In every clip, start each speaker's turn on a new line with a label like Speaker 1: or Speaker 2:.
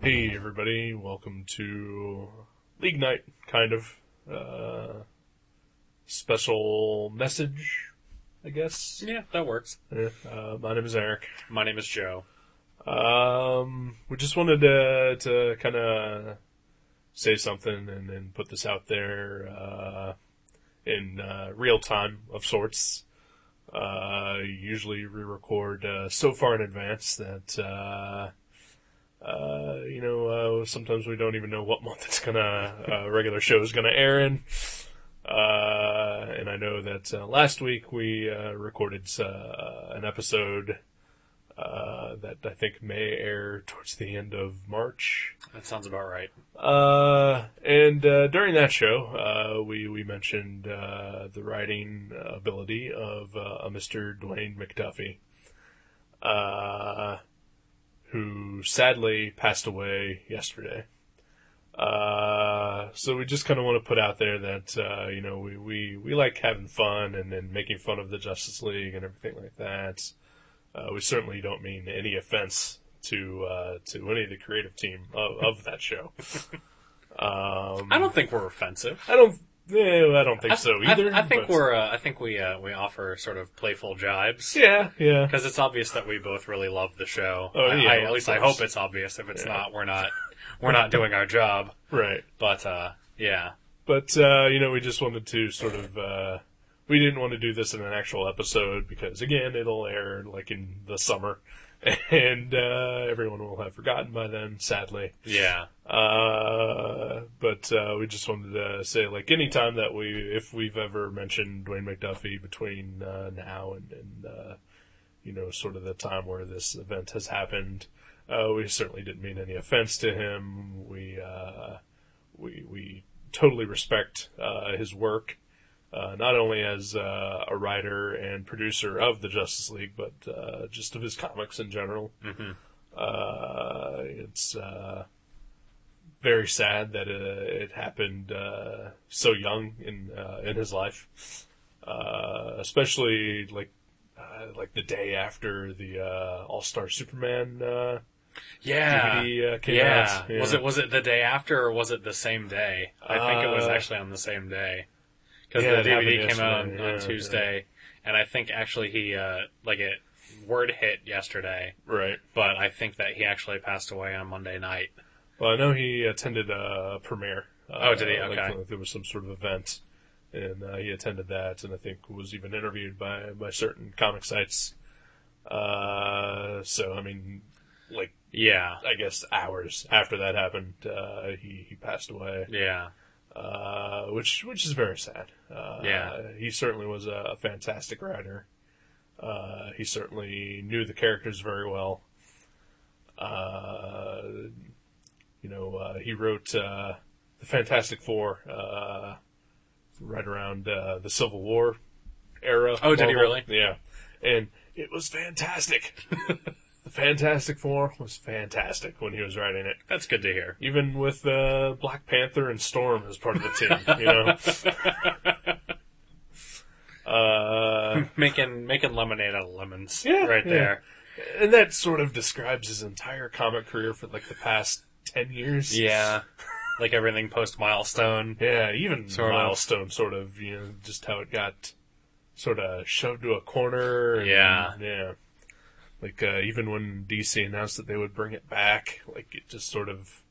Speaker 1: Hey everybody, welcome to League Night, kind of. Uh, special message, I guess.
Speaker 2: Yeah, that works.
Speaker 1: Yeah, Uh, my name is Eric.
Speaker 2: My name is Joe.
Speaker 1: Um, we just wanted to, to kind of say something and, and put this out there uh, in uh, real time of sorts. Uh, usually we record uh, so far in advance that uh, uh, you know uh, sometimes we don't even know what month it's gonna uh, regular show is gonna air in. Uh, and I know that uh, last week we uh, recorded uh, an episode uh, that I think may air towards the end of March.
Speaker 2: That sounds about right.
Speaker 1: Uh, and uh, during that show, uh, we we mentioned uh, the writing ability of uh, a Mr. Dwayne McDuffie, uh, who sadly passed away yesterday. Uh, so we just kind of want to put out there that uh, you know we, we, we like having fun and, and making fun of the Justice League and everything like that. Uh, we certainly don't mean any offense to uh, to any of the creative team of, of that show. Um,
Speaker 2: I don't think we're offensive.
Speaker 1: I don't. eh, I don't think
Speaker 2: I-
Speaker 1: so
Speaker 2: I-
Speaker 1: either.
Speaker 2: I, think
Speaker 1: but-
Speaker 2: we're. Uh, I think we uh, we offer sort of playful jibes.
Speaker 1: Yeah, yeah.
Speaker 2: Because it's obvious that we both really love the show.
Speaker 1: Oh,
Speaker 2: I-
Speaker 1: yeah,
Speaker 2: I-
Speaker 1: of
Speaker 2: at least I
Speaker 1: course.
Speaker 2: hope it's obvious. If it's
Speaker 1: Yeah.
Speaker 2: not, we're not we're not doing our job.
Speaker 1: Right.
Speaker 2: But uh, yeah,
Speaker 1: But uh, you know, we just wanted to sort of. Uh, we didn't want to do this in an actual episode because, again, it'll air like in the summer, and uh, everyone will have forgotten by then, sadly.
Speaker 2: yeah,
Speaker 1: Uh, but uh, we just wanted to say, like, any time that we, if we've ever mentioned Dwayne McDuffie between uh, now and, and uh, you know, sort of the time where this event has happened, uh, we certainly didn't mean any offense to him. We uh, we we totally respect uh, his work. Uh, not only as uh, a writer and producer of the Justice League, but uh, just of his comics in general.
Speaker 2: Mhm.
Speaker 1: Uh, it's uh, very sad that uh, it happened uh, so young in uh, in his life, uh, especially like uh, like the day after the uh, All Star Superman uh,
Speaker 2: yeah.
Speaker 1: DVD uh, came
Speaker 2: yeah.
Speaker 1: out. Yeah.
Speaker 2: Was it was it the day after or was it the same day? I think it was
Speaker 1: Uh,
Speaker 2: actually on the same day because
Speaker 1: yeah, it
Speaker 2: the
Speaker 1: happened
Speaker 2: DVD came out on,
Speaker 1: yesterday,
Speaker 2: on
Speaker 1: yeah,
Speaker 2: Tuesday, and I think actually he uh, like it word hit yesterday,
Speaker 1: right?
Speaker 2: but I think that he actually passed away on Monday night.
Speaker 1: Well, I know he attended a premiere. Uh,
Speaker 2: Oh, did he?
Speaker 1: like,
Speaker 2: Okay.
Speaker 1: like there was some sort of event, and uh, he attended that, and I think was even interviewed by by certain comic sites. Uh, so I mean, like
Speaker 2: Yeah,
Speaker 1: I guess hours after that happened, uh, he he passed away,
Speaker 2: yeah,
Speaker 1: uh, which which is very sad. Uh,
Speaker 2: Yeah.
Speaker 1: he certainly was a, a fantastic writer. Uh, he certainly knew the characters very well. Uh, you know, uh, he wrote uh, the Fantastic Four uh, right around uh, the Civil War era.
Speaker 2: Oh, did he really?
Speaker 1: Yeah, and it was fantastic. the Fantastic Four was fantastic when he was writing it
Speaker 2: that's good to hear.
Speaker 1: even with uh, Black Panther and Storm as part of the team. You know, uh,
Speaker 2: Making making lemonade out of lemons,
Speaker 1: Yeah,
Speaker 2: right
Speaker 1: yeah.
Speaker 2: there.
Speaker 1: and that sort of describes his entire comic career for like the past ten years.
Speaker 2: Yeah, like everything post milestone.
Speaker 1: yeah, even
Speaker 2: Sort of.
Speaker 1: milestone, sort of, you know, just how it got sort of shoved to a corner. and-
Speaker 2: Yeah.
Speaker 1: yeah. Like uh, even when DC announced that they would bring it back, like it just sort of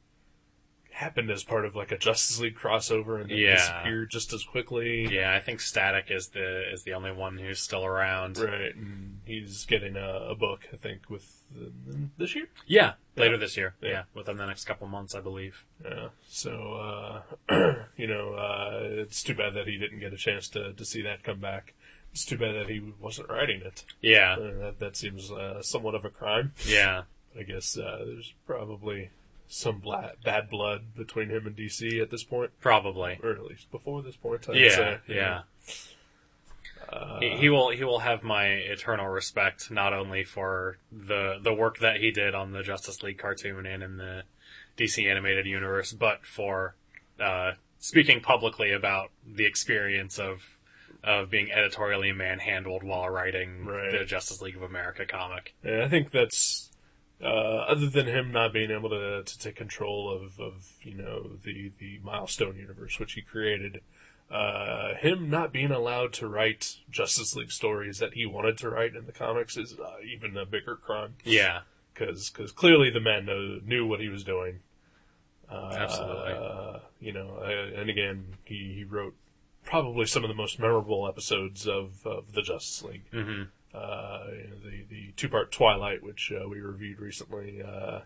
Speaker 1: happened as part of like a Justice League crossover and then
Speaker 2: Yeah.
Speaker 1: disappeared just as quickly.
Speaker 2: Yeah, I think Static is the is the only one who's still around.
Speaker 1: Right, and he's getting a, a book, I think, with the, this year.
Speaker 2: Yeah,
Speaker 1: Yeah.
Speaker 2: later this year.
Speaker 1: Yeah.
Speaker 2: Yeah. within the next couple months, I believe.
Speaker 1: Yeah. So, uh, you know, uh, it's too bad that he didn't get a chance to, to see that come back. It's too bad that he wasn't writing it.
Speaker 2: Yeah,
Speaker 1: Uh, that, that seems uh, somewhat of a crime.
Speaker 2: yeah,
Speaker 1: I guess uh, there's probably some bla- bad blood between him and DC at this point,
Speaker 2: probably.
Speaker 1: or at least before this point. I'd
Speaker 2: Yeah,
Speaker 1: say.
Speaker 2: yeah.
Speaker 1: Uh,
Speaker 2: he, he will he will have my eternal respect not only for the the work that he did on the Justice League cartoon and in the DC animated universe, but for uh, speaking publicly about the experience of of being editorially manhandled while writing
Speaker 1: Right.
Speaker 2: the Justice League of America comic.
Speaker 1: And I think that's uh, other than him not being able to, to take control of, of you know the the milestone universe which he created, uh, him not being allowed to write Justice League stories that he wanted to write in the comics is uh, even a bigger crime
Speaker 2: Yeah,
Speaker 1: because clearly the man know, knew what he was doing. Uh,
Speaker 2: Absolutely.
Speaker 1: You know, uh, and again, he, he wrote probably some of the most memorable episodes of, of the Justice League
Speaker 2: hmm
Speaker 1: uh, you know, the the two part Twilight, which uh, we reviewed recently, uh,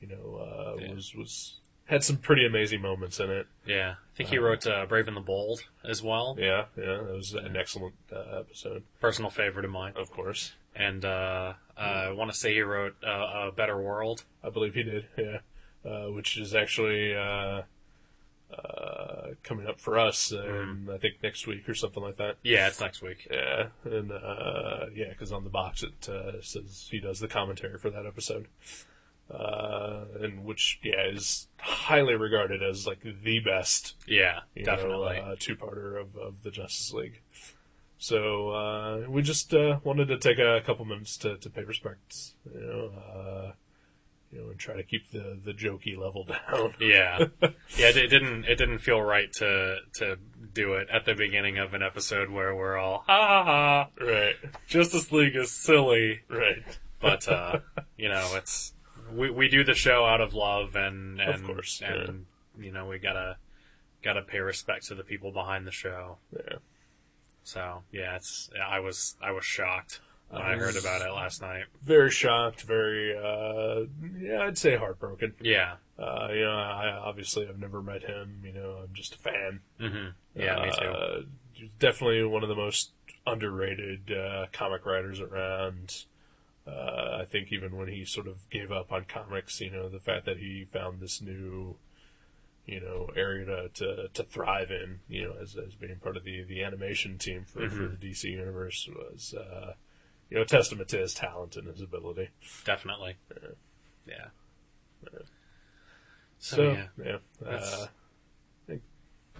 Speaker 1: you know, uh,
Speaker 2: Yeah.
Speaker 1: was was had some pretty amazing moments in it.
Speaker 2: yeah. I think he wrote uh, Brave and the Bold as well.
Speaker 1: Yeah, yeah, that was an excellent uh, episode,
Speaker 2: Personal favorite of mine.
Speaker 1: of course.
Speaker 2: And uh, uh,
Speaker 1: Hmm.
Speaker 2: I want to say he wrote uh, A Better World.
Speaker 1: I believe he did. Yeah, uh, which is actually uh, uh, coming up for us, um, I think next week or something like that.
Speaker 2: Yeah, it's next week.
Speaker 1: Yeah, and uh, yeah, because on the box it uh, says he does the commentary for that episode, uh, and which yeah is highly regarded as like the best
Speaker 2: Yeah,
Speaker 1: you know,
Speaker 2: definitely.
Speaker 1: uh, two-parter of, of the Justice League. So uh, we just uh, wanted to take a couple minutes to, to pay respects, you know, uh, you know, and try to keep the the jokey level down.
Speaker 2: Yeah, yeah. It, it didn't. It didn't feel right to to do it at the beginning of an episode where we're all ha ha ha.
Speaker 1: right,
Speaker 2: Justice League is silly,
Speaker 1: right.
Speaker 2: but uh, you know it's we we do the show out of love and and
Speaker 1: Of course,
Speaker 2: and you know we gotta gotta pay respect to the people behind the show.
Speaker 1: Yeah.
Speaker 2: So yeah, it's I was I was shocked when I,
Speaker 1: I was-
Speaker 2: heard about it last night.
Speaker 1: Very shocked. Very, uh, yeah, I'd say heartbroken.
Speaker 2: Yeah.
Speaker 1: Uh, you know, I obviously I've never met him. You know, I'm just a fan.
Speaker 2: hmm Yeah, me too.
Speaker 1: Uh, definitely one of the most underrated uh, comic writers around. Uh, I think even when he sort of gave up on comics, you know, the fact that he found this new, you know, area to to, to thrive in, you know, as as being part of the the animation team for,
Speaker 2: Mm-hmm.
Speaker 1: for the DC universe was, uh, you know, a testament to his talent and his ability.
Speaker 2: Definitely. Yeah. So,
Speaker 1: So,
Speaker 2: yeah,
Speaker 1: yeah,
Speaker 2: that's-
Speaker 1: uh, I think,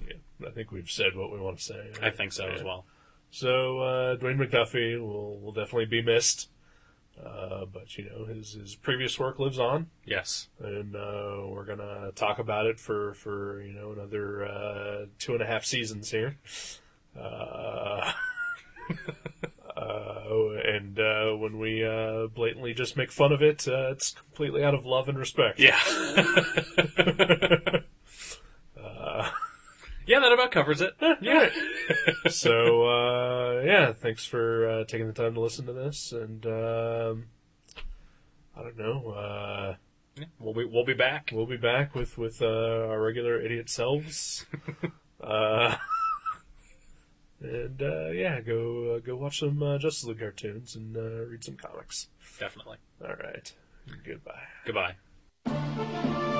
Speaker 1: yeah, I think we've said what we want to say.
Speaker 2: I think so as
Speaker 1: Yeah.
Speaker 2: well.
Speaker 1: So uh, Dwayne McDuffie will will definitely be missed, uh, but you know his his previous work lives on,
Speaker 2: Yes.
Speaker 1: and uh, we're gonna talk about it for for you know another uh, two and a half seasons here. Uh, uh, and uh, when we uh, blatantly just make fun of it, uh, it's completely out of love and respect.
Speaker 2: Yeah. Uh, yeah, that about covers it.
Speaker 1: yeah. so uh, yeah, thanks for uh, taking the time to listen to this, and um, I don't know. Uh,
Speaker 2: We'll be we'll be back.
Speaker 1: we'll be back with with uh, our regular idiot selves. uh, and uh, yeah, go uh, go watch some uh, Justice League cartoons and uh, read some comics.
Speaker 2: Definitely.
Speaker 1: All right, goodbye.
Speaker 2: Goodbye.